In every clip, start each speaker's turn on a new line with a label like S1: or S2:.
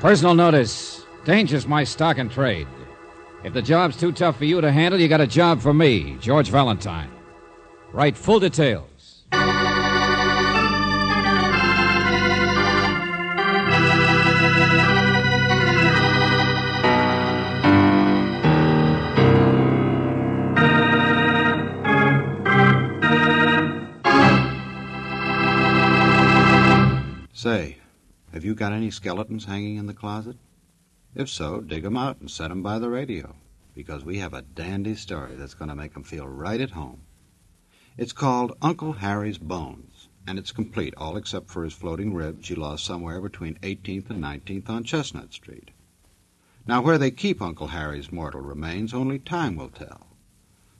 S1: Personal notice. Danger's my stock and trade. If the job's too tough for you to handle, you got a job for me, George Valentine. Write full details.
S2: Say, have you got any skeletons hanging in the closet? If so, dig 'em out and set 'em by the radio, because we have a dandy story that's going to make 'em feel right at home. It's called Uncle Harry's Bones, and it's complete, all except for his floating ribs he lost somewhere between 18th and 19th on Chestnut Street. Now, where they keep Uncle Harry's mortal remains, only time will tell.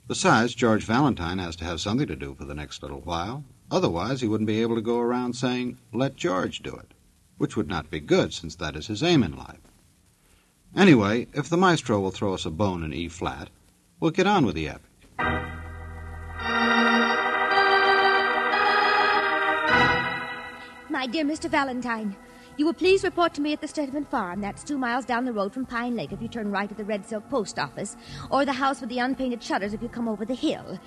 S2: Besides, George Valentine has to have something to do for the next little while. Otherwise, he wouldn't be able to go around saying, Let George do it, which would not be good, since that is his aim in life. Anyway, if the maestro will throw us a bone in E flat, we'll get on with the epic.
S3: My dear Mr. Valentine, you will please report to me at the Steadman Farm. That's two miles down the road from Pine Lake if you turn right at the Red Silk Post Office, or the house with the unpainted shutters if you come over the hill.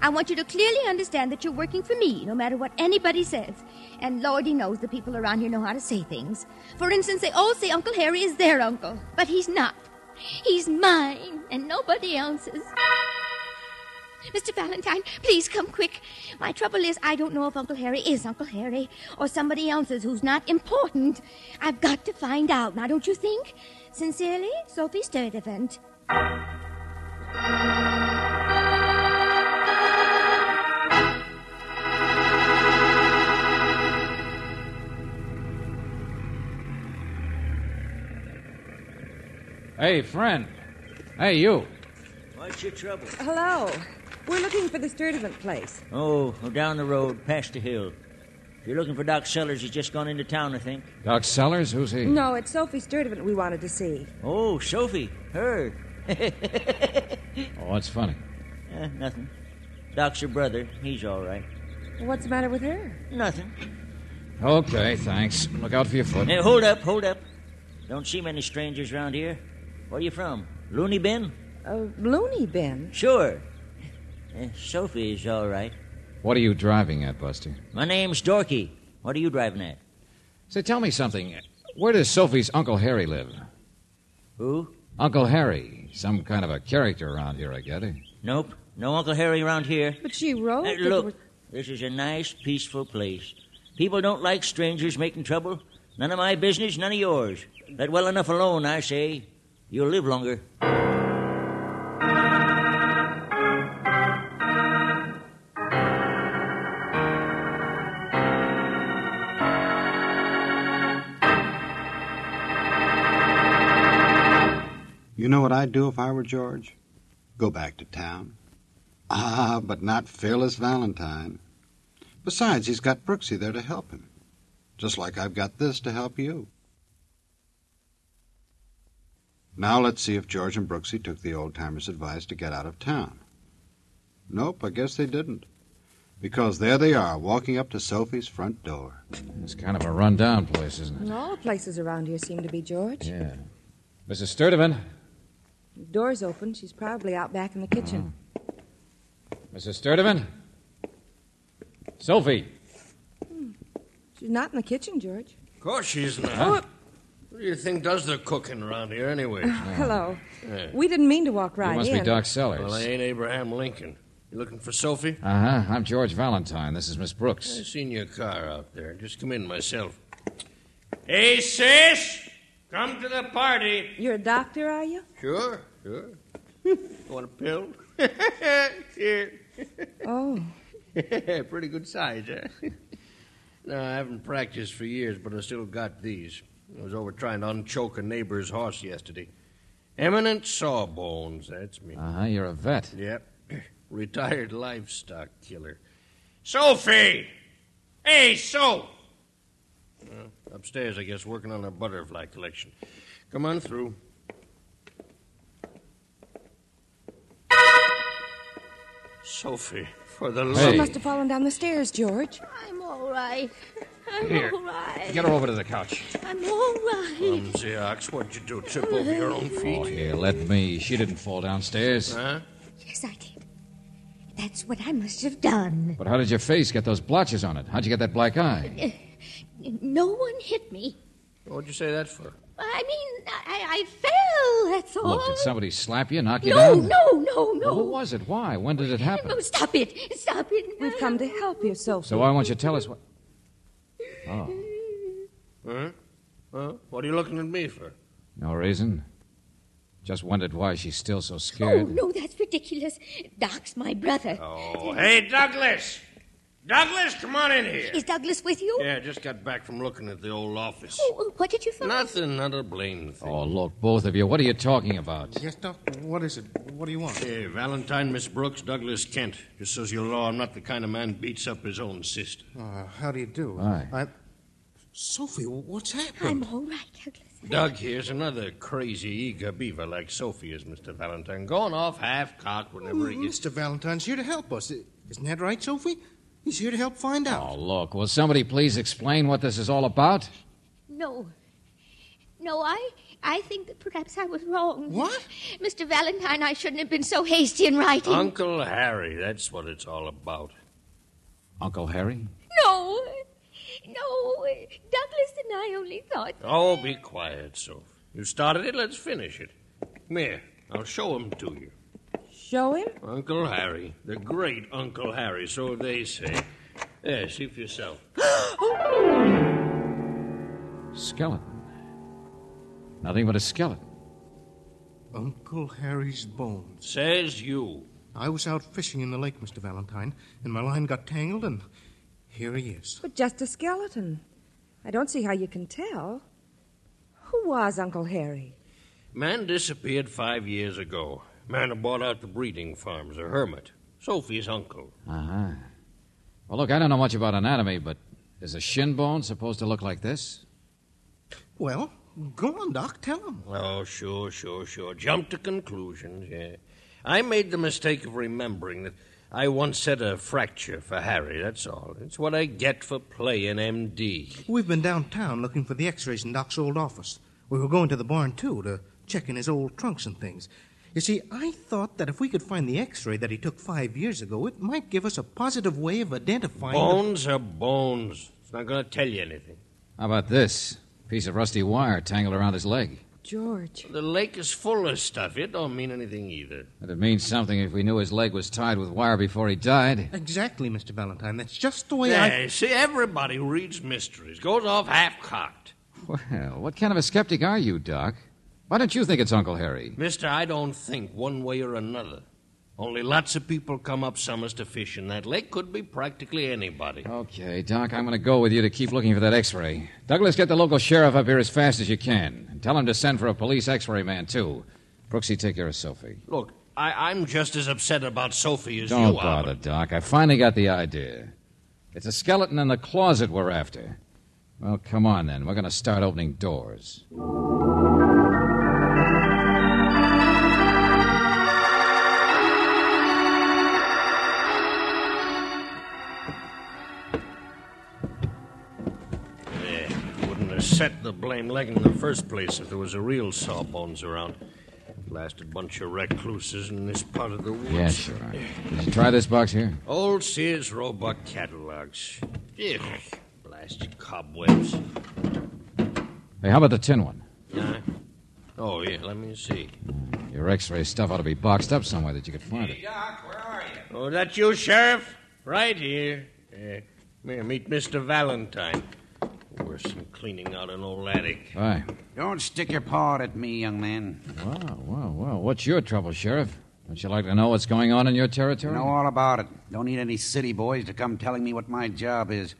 S3: I want you to clearly understand that you're working for me, no matter what anybody says. And Lordy knows the people around here know how to say things. For instance, they all say Uncle Harry is their uncle, but he's not. He's mine, and nobody else's. Mr. Valentine, please come quick. My trouble is, I don't know if Uncle Harry is Uncle Harry or somebody else's who's not important. I've got to find out, now don't you think? Sincerely, Sophie Sturdivant.
S1: Hey, friend. Hey, you.
S4: What's your trouble?
S5: Hello. We're looking for the Sturdivant place.
S4: Oh, oh, down the road, past the hill. If you're looking for Doc Sellers, he's just gone into town, I think.
S1: Doc Sellers? Who's he?
S5: No, it's Sophie Sturdivant we wanted to see.
S4: Oh, Sophie, her.
S1: Oh, that's funny.
S4: Eh, nothing. Doc's her brother. He's all right.
S5: What's the matter with her?
S4: Nothing.
S1: Okay, thanks. Look out for your foot.
S4: Hey, Eh, hold up, hold up. Don't see many strangers around here. Where you from? Looney Bin?
S5: Uh, loony bin.
S4: Sure. Eh, Sophie's all right.
S1: What are you driving at, Buster?
S4: My name's Dorky. What are you driving at?
S1: Say, tell me something. Where does Sophie's Uncle Harry live?
S4: Who?
S1: Uncle Harry. Some kind of a character around here, I gather.
S4: Nope. No Uncle Harry around here.
S5: But she wrote.
S4: Hey,
S5: that there
S4: look,
S5: was-
S4: this is a nice, peaceful place. People don't like strangers making trouble. None of my business, none of yours. Let well enough alone, I say. You'll live longer.
S2: You know what I'd do if I were George? Go back to town. Ah, but not Fearless Valentine. Besides, he's got Brooksy there to help him. Just like I've got this to help you. Now let's see if George and Brooksy took the old timer's advice to get out of town. Nope, I guess they didn't. Because there they are, walking up to Sophie's front door.
S1: It's kind of a rundown place, isn't it?
S5: All places around here seem to be George.
S1: Yeah. Mrs. Sturdivant?
S5: Door's open. She's probably out back in the kitchen.
S1: Mrs. Sturdivant? Sophie.
S5: She's not in the kitchen, George.
S6: Of course she's not. What do you think does the cooking around here, anyway?
S5: Hello.
S6: Yeah.
S5: We didn't mean to walk right
S1: you must
S5: in.
S1: be Doc Sellers.
S6: Well, I ain't Abraham Lincoln. You looking for Sophie?
S1: Uh huh. I'm George Valentine. This is Miss
S6: I
S1: Brooks.
S6: seen your car out there. Just come in myself. Hey, sis! Come to the party.
S5: You're a doctor, are you?
S6: Sure, sure. Want a pill? Here.
S5: Oh.
S6: Pretty good size, eh? no, I haven't practiced for years, but I still got these. I was over trying to unchoke a neighbor's horse yesterday. Eminent Sawbones, that's me.
S1: Uh huh. You're a vet.
S6: Yep. Retired livestock killer. Sophie! Hey, Soph! Well, upstairs, I guess, working on a butterfly collection. Come on through. Sophie, for the love
S1: Hey.
S5: She must have fallen down the stairs, George.
S3: I'm all right.
S5: I'm
S1: Here.
S5: all right.
S1: Get her over to the couch.
S5: I'm all right.
S6: Clumsy ox, what'd you do? Trip over your own
S1: Oh,
S6: feet?
S1: here, let me. She didn't fall downstairs.
S6: Huh?
S1: Um.
S3: Yes, I did. That's what I must have done.
S1: But how did your face get those blotches on it? How'd you get that black eye?
S3: No one hit me.
S6: What'd you say that for?
S3: I mean, I, I fell, that's all.
S1: Look, did somebody slap you, knock you
S3: no,
S1: down?
S3: no, no, no.
S1: Who was it? Why? When did it happen?
S3: No, stop it. Stop it.
S5: We've come to help you, Sophie.
S1: So why won't you tell us what? Oh,
S6: Huh? Huh? What are you looking at me for?
S1: no reason. Just wondered why she's still so
S3: Oh,
S1: scared.
S3: no, that's ridiculous. Doc's my brother.
S6: Oh, hey, Douglas! Douglas, come on in here.
S3: Is Douglas with you?
S6: Yeah, just got back from looking at the old office.
S3: Oh, what did you find?
S6: Nothing, not a blame thing.
S1: Oh, look, both of you. What are you talking about?
S7: Yes, Doc. What is it? What do you want?
S6: Hey, Valentine, Miss Brooks, Douglas Kent. Just says you law, I'm not the kind of man beats up his own sister.
S7: Uh, how do you do?
S1: Hi.
S7: I... Sophie, what's
S3: I'm
S7: happened?
S3: all right, Douglas.
S6: Doug here's another crazy, eager beaver like Sophie is, Mr. Valentine, going off half cocked whenever he gets.
S7: Mr. Valentine's here to help us. I- Isn't that right, Sophie? He's here to help find
S1: Oh,
S7: out.
S1: look, will somebody please explain what this is all about?
S3: No. No, I I think that perhaps I was wrong.
S7: What?
S3: Mr. Valentine, I shouldn't have been so hasty in writing.
S6: Uncle Harry, that's what it's all about.
S1: Uncle Harry?
S3: No. No. Douglas and I only thought.
S6: Oh, be quiet, Soph. You started it, let's finish it. Come here, I'll show him to you.
S5: Show him?
S6: Uncle Harry, the great Uncle Harry, so they say. There, see for yourself.
S1: Skeleton. Nothing but a skeleton.
S7: Uncle Harry's bones.
S6: Says you.
S7: I was out fishing in the lake, Mr. Valentine, and my line got tangled, and here he is.
S5: But just a skeleton. I don't see how you can tell. Who was Uncle Harry?
S6: Man disappeared five years ago. Man who bought out the breeding farms, a hermit. Sophie's uncle.
S1: Uh huh. Well, look, I don't know much about anatomy, but is a shin bone supposed to look like this?
S7: Well, go on, Doc. Tell him.
S6: Oh, sure, sure, sure. Jump to conclusions, yeah. I made the mistake of remembering that I once said a fracture for Harry, that's all. It's what I get for playing MD.
S7: We've been downtown looking for the x rays in Doc's old office. We were going to the barn, too, to check in his old trunks and things. You see, I thought that if we could find the x ray that he took five years ago, it might give us a positive way of identifying. the-
S6: Bones are bones. It's not going to tell you anything.
S1: How about this? Piece of rusty wire tangled around his leg.
S5: George.
S6: The lake is full of stuff. It don't mean anything either.
S1: It'd mean something if we knew his leg was tied with wire before he died.
S7: Exactly, Mr. Valentine. That's just the way Oh, I.
S6: Yeah, see, everybody who reads mysteries goes off half cocked.
S1: Well, what kind of a skeptic are you, Doc? Why don't you think it's Uncle Harry?
S6: Mister, I don't think one way or another. Only lots of people come up summers to fish in that lake. Could be practically anybody.
S1: Okay, Doc, I'm going to go with you to keep looking for that x ray. Douglas, get the local sheriff up here as fast as you can. And tell him to send for a police x ray man, too. Brooksy, take care of Sophie.
S6: Look, I, I'm just as upset about Sophie as
S1: Don't
S6: you are.
S1: bother, Doc. I finally got the idea. It's a skeleton in the closet we're after. Well, come on then. We're going to start opening doors.
S6: Yeah, eh, wouldn't have set the blame leg in the first place if there was a real sawbones around. Last a bunch of recluses in this part of the woods.
S1: Yeah, sure. Can you try this box here?
S6: Old Sears Roebuck catalogs. Ugh, blast your cobwebs.
S1: Hey, how about the tin one?
S6: Huh? Oh, yeah, let me see.
S1: Your x ray stuff ought to be boxed up somewhere that you could find it.
S6: Doc, where are you? Oh, that you, Sheriff? Right here. Yeah. Come here, meet Mr. Valentine. Worse than cleaning out an old attic.
S1: Why?
S8: Don't stick your paw at me, young man.
S1: Wow, wow, wow. What's your trouble, Sheriff? Don't you like to know what's going on in your territory?
S8: Know all about it. Don't need any city boys to come telling me what my job is.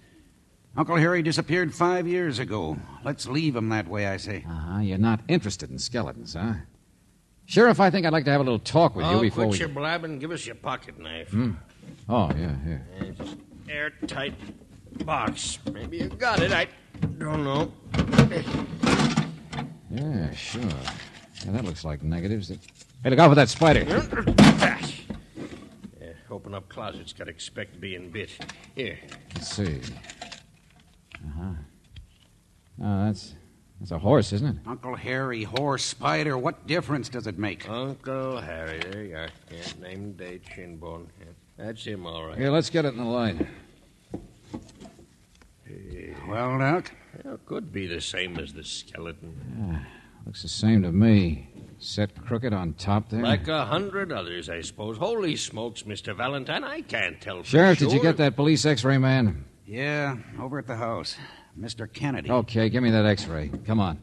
S8: Uncle Harry disappeared five years ago. Let's leave him that way, I say.
S1: Uh-huh. You're not interested in skeletons, huh? Sheriff, I think I'd like to have a little talk with you
S6: oh,
S1: before
S6: quit
S1: we.
S6: your blabbing. Give us your pocket knife. Uh,
S1: Oh, yeah, here.
S6: Airtight box. Maybe you got it. I don't know.
S1: Yeah, sure. Yeah, that looks like negatives. That... Hey, look out for that spider.
S6: Yeah, open up closets. Got to expect being bit. Here.
S1: Let's see. Uh huh. Oh, that's that's a horse, isn't it?
S8: Uncle Harry, horse, spider, what difference does it make?
S6: Uncle Harry, there you are. Yeah, name, date, shinbone. Yeah, that's him, all right.
S1: Here, let's get it in the light.
S8: Well, Doc,
S6: Well, could be the same as the skeleton.
S1: Looks the same to me. Set crooked on top there.
S6: Like a hundred others, I suppose. Holy smokes, Mr. Valentine, I can't tell for
S1: Sheriff, did you
S6: sure.
S1: get that police X-ray man?
S8: yeah, over at the house. Mr. Kennedy.
S1: Okay, give me that X-ray. Come on.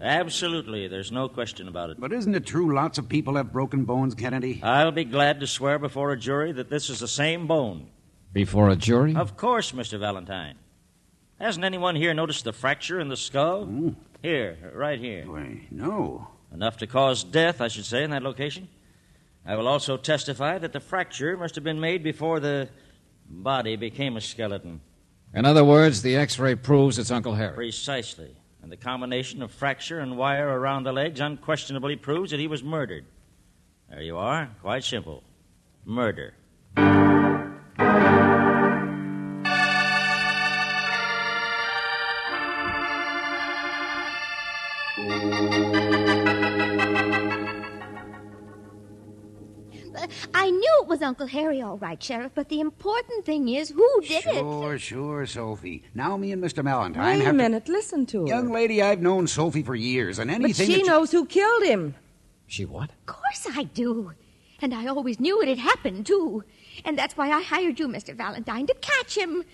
S4: Absolutely, there's no question about it.
S8: But isn't it true lots of people have broken bones, Kennedy?
S4: I'll be glad to swear before a jury that this is the same bone.
S1: Before a jury?
S4: Of course, Mr. Valentine. Hasn't anyone here noticed the fracture in the skull?
S8: Hmm.
S4: Here, right here.
S8: Why, no.
S4: Enough to cause death, I should say, in that location. I will also testify that the fracture must have been made before the body became a skeleton.
S1: In other words, the X-ray proves it's Uncle Harry.
S4: Precisely. And the combination of fracture and wire around the legs unquestionably proves that he was murdered. There you are. Quite simple. Murder.
S3: Uh, I knew it was Uncle Harry, all right, Sheriff, but the important thing is who did it?
S8: Sure, sure, Sophie. Now me and Mr. Valentine
S5: Wait a
S8: have to-
S5: minute, listen to her.
S8: Young lady, I've known Sophie for years, and anything
S5: but she
S8: that
S5: knows who killed him.
S1: She what?
S3: Of course I do. And I always knew it had happened, too. And that's why I hired you, Mr. Valentine, to catch him.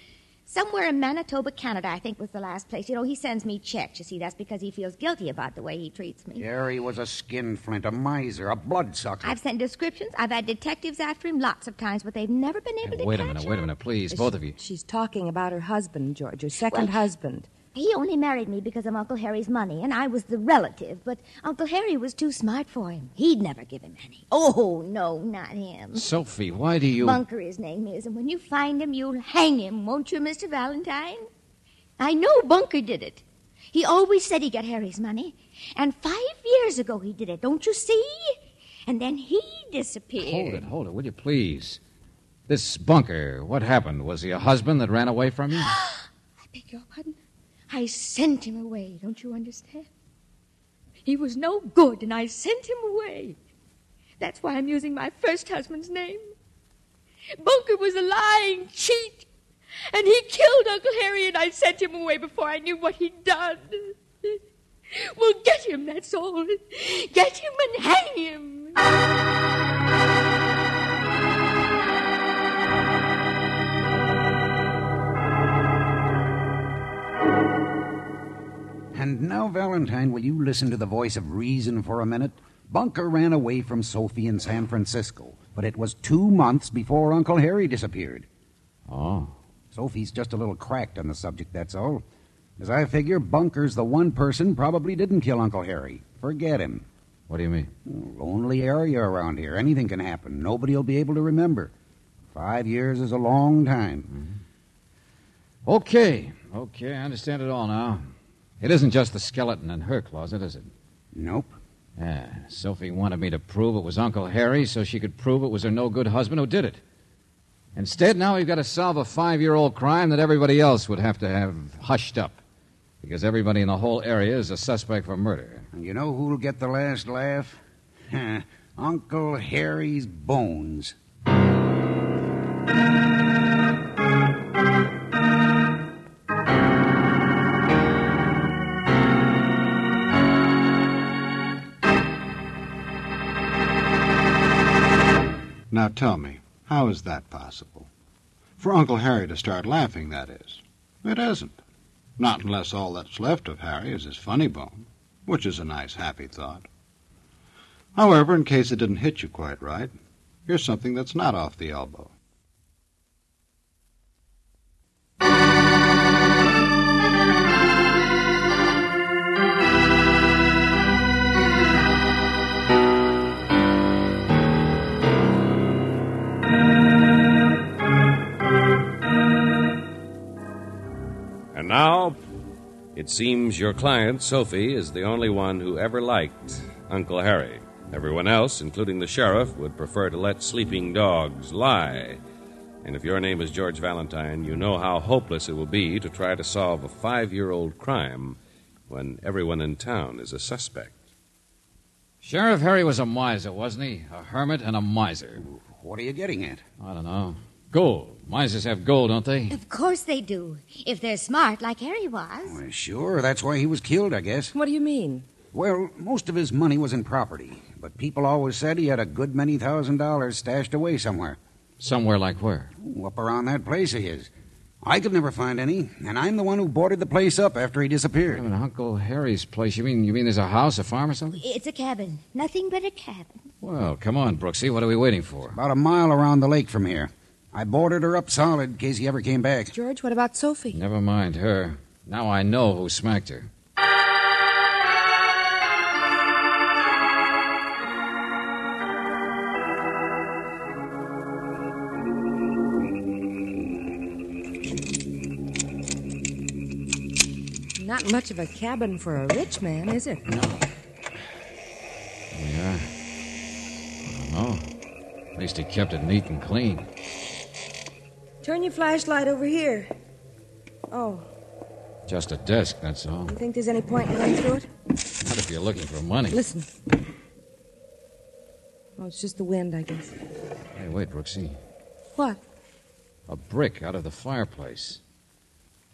S3: Somewhere in Manitoba, Canada, I think was the last place. You know, he sends me checks, you see. That's because he feels guilty about the way he treats me.
S8: Jerry was a skinflint, a miser, a bloodsucker.
S3: I've sent descriptions. I've had detectives after him lots of times, but they've never been able to
S1: Wait a
S3: catch
S1: minute,
S3: him.
S1: wait a minute, please, both of you.
S5: She's talking about her husband, George, her second husband.
S3: He only married me because of Uncle Harry's money, and I was the relative, but Uncle Harry was too smart for him. He'd never give him any. Oh, no, not him.
S1: Sophie, why do you?
S3: Bunker, his name is, and when you find him, you'll hang him, won't you, Mr. Valentine? I know Bunker did it. He always said he got Harry's money, and five years ago he did it, don't you see? And then he disappeared.
S1: Hold it, hold it, will you please? This bunker, what happened? Was he a husband that ran away from you?
S3: I beg your pardon? I sent him away, don't you understand? He was no good, and I sent him away. That's why I'm using my first husband's name. Bunker was a lying cheat, and he killed Uncle Harry, and I sent him away before I knew what he'd done. Well, get him, that's all. Get him and hang him.
S8: And now, Valentine, will you listen to the voice of reason for a minute? Bunker ran away from Sophie in San Francisco, but it was two months before Uncle Harry disappeared.
S1: Oh,
S8: Sophie's just a little cracked on the subject, that's all. As I figure, Bunker's the one person probably didn't kill Uncle Harry. Forget him.
S1: what do you mean?
S8: Lonely area around here. Anything can happen. Nobody'll be able to remember. Five years is a long time.
S1: Okay, okay, I understand it all now. It isn't just the skeleton in her closet, is it?
S8: Nope.
S1: Yeah, Sophie wanted me to prove it was Uncle Harry so she could prove it was her no good husband who did it. Instead, now we've got to solve a five year old crime that everybody else would have to have hushed up because everybody in the whole area is a suspect for murder.
S8: And you know who'll get the last laugh? Uncle Harry's bones.
S2: Now tell me, how is that possible? For Uncle Harry to start laughing, that is. It isn't. Not unless all that's left of Harry is his funny bone, which is a nice, happy thought. However, in case it didn't hit you quite right, here's something that's not off the elbow.
S9: And now, it seems your client, Sophie, is the only one who ever liked Uncle Harry. Everyone else, including the sheriff, would prefer to let sleeping dogs lie. And if your name is George Valentine, you know how hopeless it will be to try to solve a five year old crime when everyone in town is a suspect.
S1: Sheriff Harry was a miser, wasn't he? A hermit and a miser.
S8: What are you getting at?
S1: I don't know. Gold. Misers have gold, don't they?
S3: Of course they do. If they're smart, like Harry was.
S8: Well, sure, that's why he was killed, I guess.
S5: What do you mean?
S8: Well, most of his money was in property, but people always said he had a good many thousand dollars stashed away somewhere.
S1: Somewhere like where?
S8: Ooh, up around that place of his. I could never find any, and I'm the one who boarded the place up after he disappeared.
S1: I mean, Uncle Harry's place. You mean you mean there's a house, a farm, or something?
S3: It's a cabin. Nothing but a cabin.
S1: Well, come on, Brooksy. What are we waiting for?
S8: About a mile around the lake from here. I boarded her up solid in case he ever came back.
S5: George, what about Sophie?
S1: Never mind her. Now I know who smacked her.
S5: Not much of a cabin for a rich man, is it?
S1: Here we are. I don't know. Oh. At least he kept it neat and clean.
S5: Turn your flashlight over here. Oh,
S1: Just a desk, that's all.
S5: you think there's any point in going through it?
S1: Not if you're looking for money.
S5: Listen. Oh, it's just the wind, I guess.
S1: Hey, wait, Brooksy.
S5: What?
S1: A brick out of the fireplace.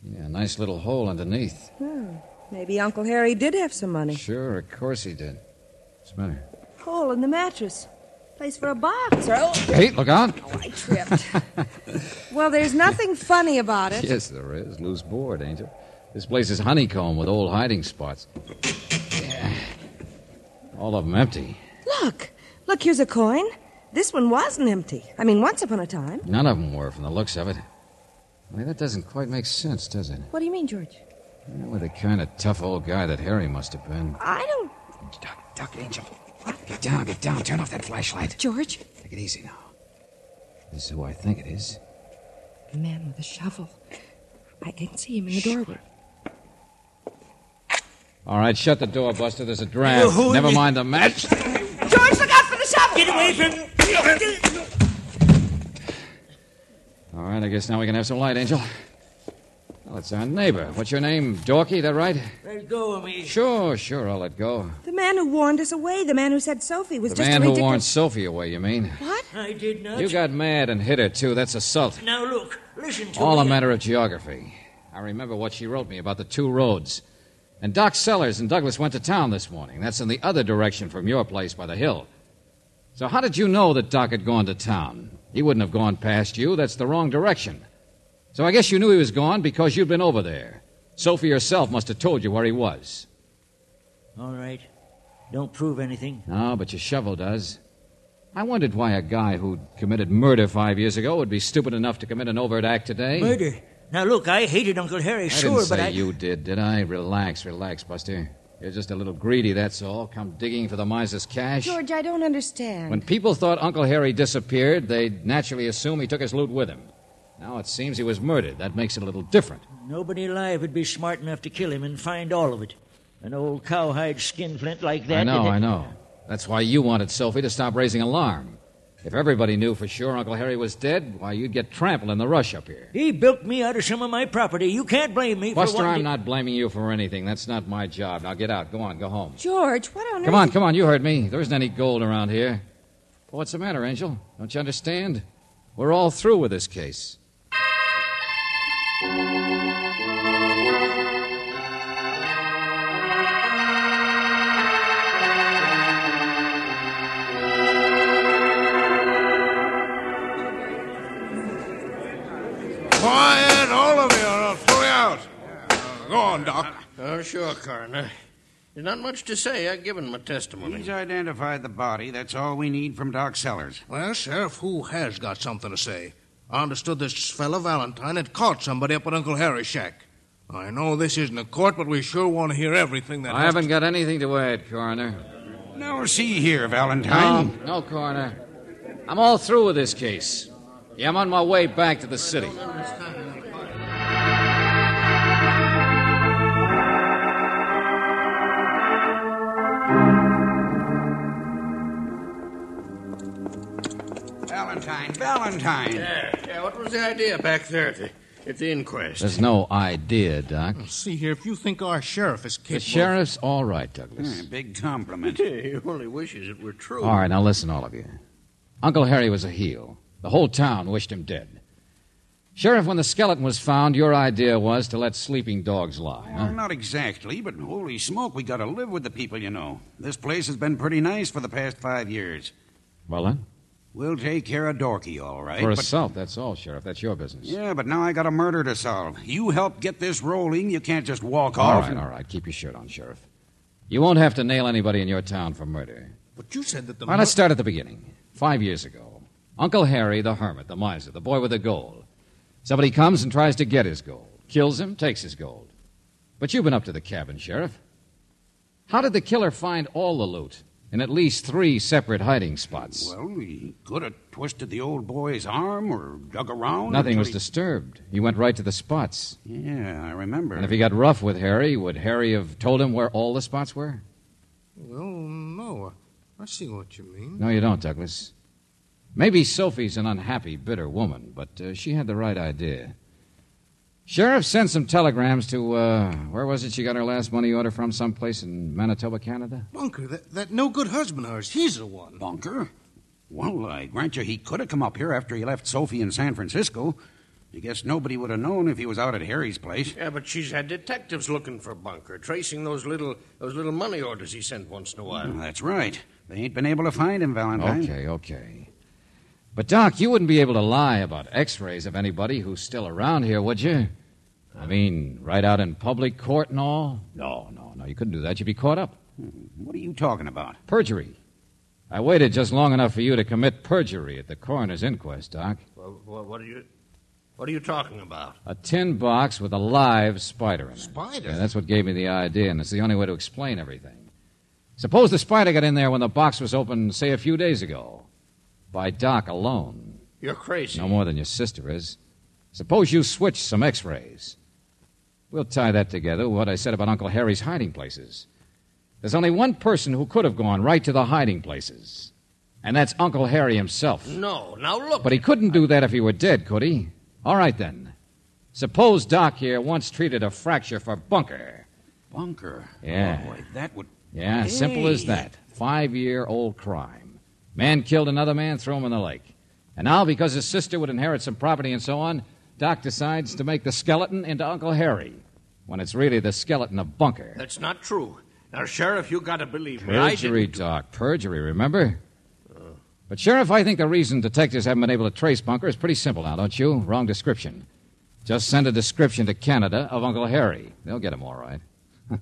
S1: Yeah, nice little hole underneath.
S5: Hmm. Maybe Uncle Harry did have some money.
S1: Sure, of course he did. What's the matter?
S5: Hole in the mattress. Place for a box. Or, oh,
S1: Hey, look out!
S5: I tripped. well, there's nothing funny about it.
S1: Yes, there is. Loose board, ain't it? This place is honeycomb with old hiding spots. Yeah. All of them empty.
S5: Look. Look, here's a coin. This one wasn't empty. I mean, once upon a time.
S1: None of them were, from the looks of it. I mean, that doesn't quite make sense, does it?
S5: What do you mean, George?
S1: Yeah, With the kind of tough old guy that Harry must have been.
S5: I don't.
S8: Duck, duck, Angel. Get down, get down. Turn off that flashlight.
S5: George?
S8: Take it easy now.
S1: This is who I think it is.
S5: The man with a shovel. I can see him in the doorway.
S1: All right, shut the door, Buster. There's a draft. Never mind the match.
S5: George, look out for the shovel!
S4: Get away from.
S1: All right, I guess now we can have some light, Angel. Well, it's our neighbor. What's your name? Dorky, that right?
S4: Let go of me.
S1: Sure, sure, I'll let go.
S5: The man who warned us away, the man who said Sophie was
S1: The
S5: just
S1: man
S5: a
S1: who
S5: ridiculous...
S1: warned Sophie away, you mean?
S5: What?
S4: I did not.
S1: You got mad and hit her, too. That's assault.
S4: Now look, listen to
S1: All
S4: me.
S1: a matter of geography. I remember what she wrote me about the two roads. And Doc Sellers and Douglas went to town this morning. That's in the other direction from your place by the hill. So how did you know that Doc had gone to town? He wouldn't have gone past you. That's the wrong direction. So I guess you knew he was gone because you'd been over there. Sophie herself must have told you where he was.
S4: All right. Don't prove anything.
S1: No, but your shovel does. I wondered why a guy who committed murder five years ago would be stupid enough to commit an overt act today.
S4: Murder. Now look, I hated Uncle Harry,
S1: I
S4: sure,
S1: didn't
S4: but
S1: say
S4: I.
S1: you did, did I? Relax, relax, Buster. You're just a little greedy, that's all. Come digging for the miser's cash.
S5: George, I don't understand.
S1: When people thought Uncle Harry disappeared, they'd naturally assume he took his loot with him. Now it seems he was murdered. That makes it a little different.
S4: Nobody alive would be smart enough to kill him and find all of it. An old cowhide skin flint like that.
S1: I know,
S4: it-
S1: I know. That's why you wanted Sophie to stop raising alarm. If everybody knew for sure Uncle Harry was dead, why, you'd get trampled in the rush up here.
S4: He built me out of some of my property. You can't blame me for
S1: Buster,
S4: what
S1: I'm not blaming you for anything. That's not my job. Now get out. Go on, go home.
S5: George, what on
S1: Come
S5: earth?
S1: on, come on. You heard me. There isn't any gold around here. Well, what's the matter, Angel? Don't you understand? We're all through with this case.
S9: Quiet, all of you, or I'll throw you out. Go on, Doc.
S6: Oh, sure, Coroner. There's not much to say. I've given my testimony.
S8: He's identified the body. That's all we need from Doc Sellers.
S7: Well, Sheriff, who has got something to say? I understood this fellow Valentine had caught somebody up at Uncle Harry's shack. I know this isn't a court, but we sure want to hear everything that
S1: I haven't got anything to add, Coroner.
S8: Now, see here,
S1: No,
S8: Valentine.
S1: no, Coroner. I'm all through with this case. Yeah, I'm on my way back to the city. Um,
S8: Valentine, Valentine.
S6: Yeah, yeah, what was the idea back there at the, at the inquest?
S1: There's no idea, Doc.
S7: See here, if you think our sheriff is capable.
S1: The sheriff's all right, Douglas.
S8: Hmm, big compliment.
S6: He only wishes it were true.
S1: All right, now listen, all of you. Uncle Harry was a heel. The whole town wished him dead. Sheriff, when the skeleton was found, your idea was to let sleeping dogs lie,
S8: Well,
S1: huh?
S8: not exactly, but holy smoke, we gotta live with the people, you know. This place has been pretty nice for the past five years.
S1: Well, then,
S8: We'll take care of Dorky, all right.
S1: for
S8: but-
S1: assault, that's all, Sheriff. That's your business.
S8: Yeah, but now I got a murder to solve. You helped get this rolling. You can't just walk
S1: All
S8: off.
S1: right,
S8: and-
S1: all right. Keep your shirt on, Sheriff. You won't have to nail anybody in your town for murder.
S7: But you said that the.
S1: All right, let's start at the beginning. Five years ago, Uncle Harry, the hermit, the miser, the boy with the gold. Somebody comes and tries to get his gold, kills him, takes his gold. But you've been up to the cabin, Sheriff. How did the killer find all the loot in at least three separate hiding spots?
S8: Well, he could have twisted the old boy's arm or dug around.
S1: Nothing
S8: until
S1: was
S8: he-
S1: disturbed. He went right to the spots.
S8: Yeah, I remember.
S1: And if he got rough with Harry, would Harry have told him where all the spots were?
S7: Well, no. I see what you mean.
S1: No, you don't, Douglas. Maybe Sophie's an unhappy, bitter woman, but uh, she had the right idea. Sheriff sent some telegrams to, uh, where was it she got her last money order from? Someplace in Manitoba, Canada?
S7: Bunker, that, that no good husband of hers, he's the one.
S8: Bunker? Well, I grant you he could have come up here after he left Sophie in San Francisco. I guess nobody would have known if he was out at Harry's place.
S6: Yeah, but she's had detectives looking for Bunker, tracing those little those little money orders he sent once in a while.
S1: Mm-hmm.
S8: Well, that's right. They ain't been able to find him, Valentine.
S1: Okay, okay. But, Doc, you wouldn't be able to lie about x rays of anybody who's still around here, would you? I mean, right out in public court and all? No, no, no, you couldn't do that. You'd be caught up.
S8: Hmm, What are you talking about?
S1: Perjury. I waited just long enough for you to commit perjury at the coroner's inquest, Doc.
S6: Well, wha- what are you what are you talking about?
S1: A tin box with a live spider in it.
S7: Spider?
S1: Yeah, that's what gave me the idea, and it's the only way to explain everything. Suppose the spider got in there when the box was opened, say, a few days ago. By Doc alone.
S6: You're crazy.
S1: No more than your sister is. Suppose you switched some x rays. We'll tie that together with what I said about Uncle Harry's hiding places. There's only one person who could have gone right to the hiding places, and that's Uncle Harry himself.
S6: No, now look.
S1: But he couldn't do that if he were dead, could he? All right, then. Suppose Doc here once treated a fracture for bunker.
S8: Bunker. Oh,
S1: Yeah.
S8: Boy, that would.
S1: Yeah, simple as that. Five year old crime. Man killed another man, threw him in the lake. And now, because his sister would inherit some property and so on, Doc decides to make the skeleton into Uncle Harry, when it's really the skeleton of bunker.
S6: That's not true. Now, Sheriff, you gotta believe me. I
S1: Perjury,
S6: didn't.
S1: Doc. Perjury, remember? But, Sheriff, I think the reason detectives haven't been able to trace Bunker is pretty simple now, don't you? Wrong description. Just send a description to Canada of Uncle Harry. They'll get him all right.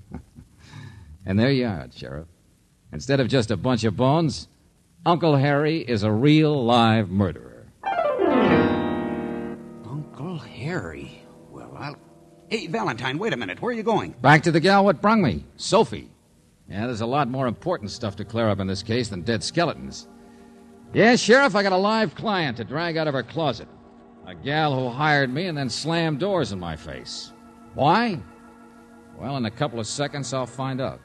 S1: and there you are, Sheriff. Instead of just a bunch of bones, Uncle Harry is a real live murderer.
S8: Uncle Harry. Well, I'll. Hey, Valentine, wait a minute. Where are you going?
S1: Back to the gal what brung me, Sophie. Yeah, there's a lot more important stuff to clear up in this case than dead skeletons. Yeah, Sheriff, I got a live client to drag out of her closet. A gal who hired me and then slammed doors in my face. Why? Well, in a couple of seconds, I'll find out.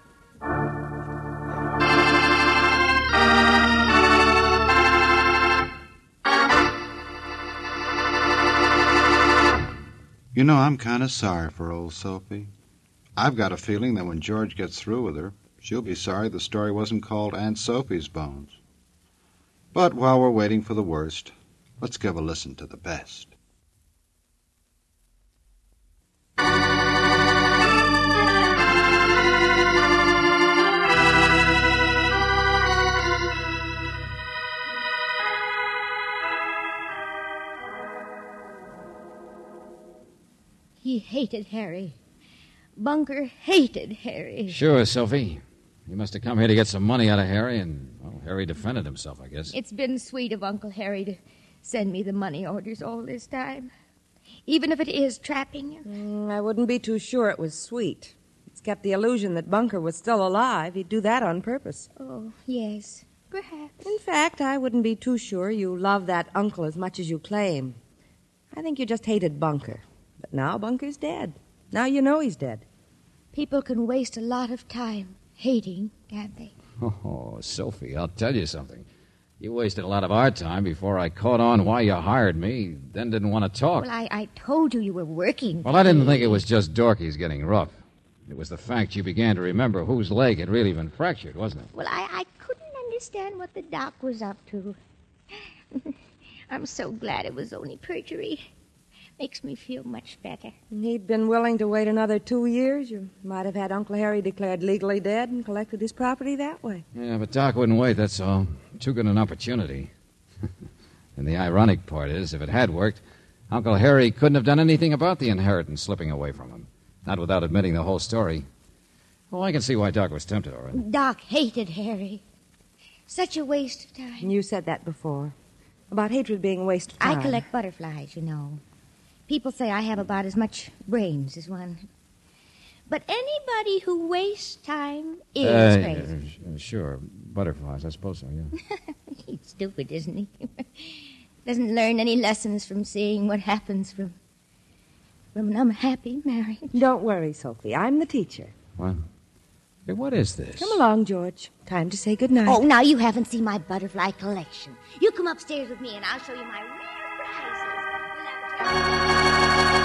S2: You know, I'm kind of sorry for old Sophie. I've got a feeling that when George gets through with her, she'll be sorry the story wasn't called Aunt Sophie's Bones. But while we're waiting for the worst, let's give a listen to the best.
S3: He hated Harry. Bunker hated Harry.
S1: Sure, Sophie. You must have come here to get some money out of Harry, and, well, Harry defended himself, I guess.
S3: It's been sweet of Uncle Harry to send me the money orders all this time. Even if it is trapping you.
S5: Mm, I wouldn't be too sure it was sweet. It's kept the illusion that Bunker was still alive. He'd do that on purpose.
S3: Oh, yes. Perhaps.
S5: In fact, I wouldn't be too sure you love that uncle as much as you claim. I think you just hated Bunker. But now Bunker's dead. Now you know he's dead.
S3: People can waste a lot of time hating, can't they?
S1: Oh, Sophie, I'll tell you something. You wasted a lot of our time before I caught on why you hired me, then didn't want to talk.
S3: Well, I, I told you you were working.
S1: Well, I didn't think it was just Dorky's getting rough. It was the fact you began to remember whose leg had really been fractured, wasn't it?
S3: Well, I, I couldn't understand what the doc was up to. I'm so glad it was only perjury. Makes me feel much better.
S5: He'd been willing to wait another two years. You might have had Uncle Harry declared legally dead and collected his property that way.
S1: Yeah, but Doc wouldn't wait, that's all. Too good an opportunity. and the ironic part is, if it had worked, Uncle Harry couldn't have done anything about the inheritance slipping away from him. Not without admitting the whole story. Well, I can see why Doc was tempted, all right.
S3: Doc hated Harry. Such a waste of time.
S5: And you said that before about hatred being a waste of time.
S3: I collect butterflies, you know. People say I have about as much brains as one. But anybody who wastes time is
S1: Uh,
S3: crazy.
S1: yeah, sure. Butterflies, I suppose so, yeah.
S3: He's stupid, isn't he? Doesn't learn any lessons from seeing what happens from from an unhappy marriage.
S5: Don't worry, Sophie. I'm the teacher.
S1: What? Hey, what is this?
S5: Come along, George. Time to say goodnight.
S3: Oh, now you haven't seen my butterfly collection. You come upstairs with me, and I'll show you my rare prizes.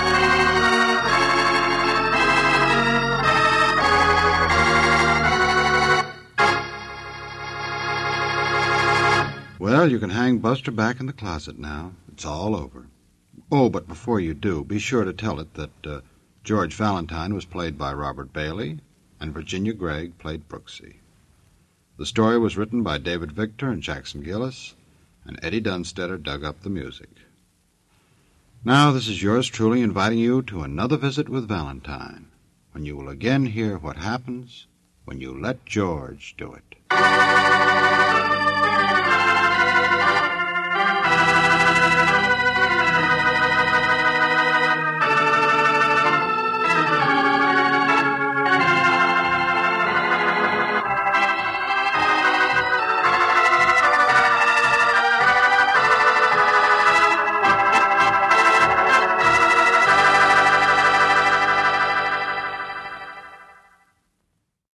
S2: Well, you can hang Buster back in the closet now. It's all over. Oh, but before you do, be sure to tell it that uh, George Valentine was played by Robert Bailey and Virginia Gregg played Brooksy. The story was written by David Victor and Jackson Gillis, and Eddie Dunstetter dug up the music. Now, this is yours truly inviting you to another visit with Valentine, when you will again hear what happens when you let George do it.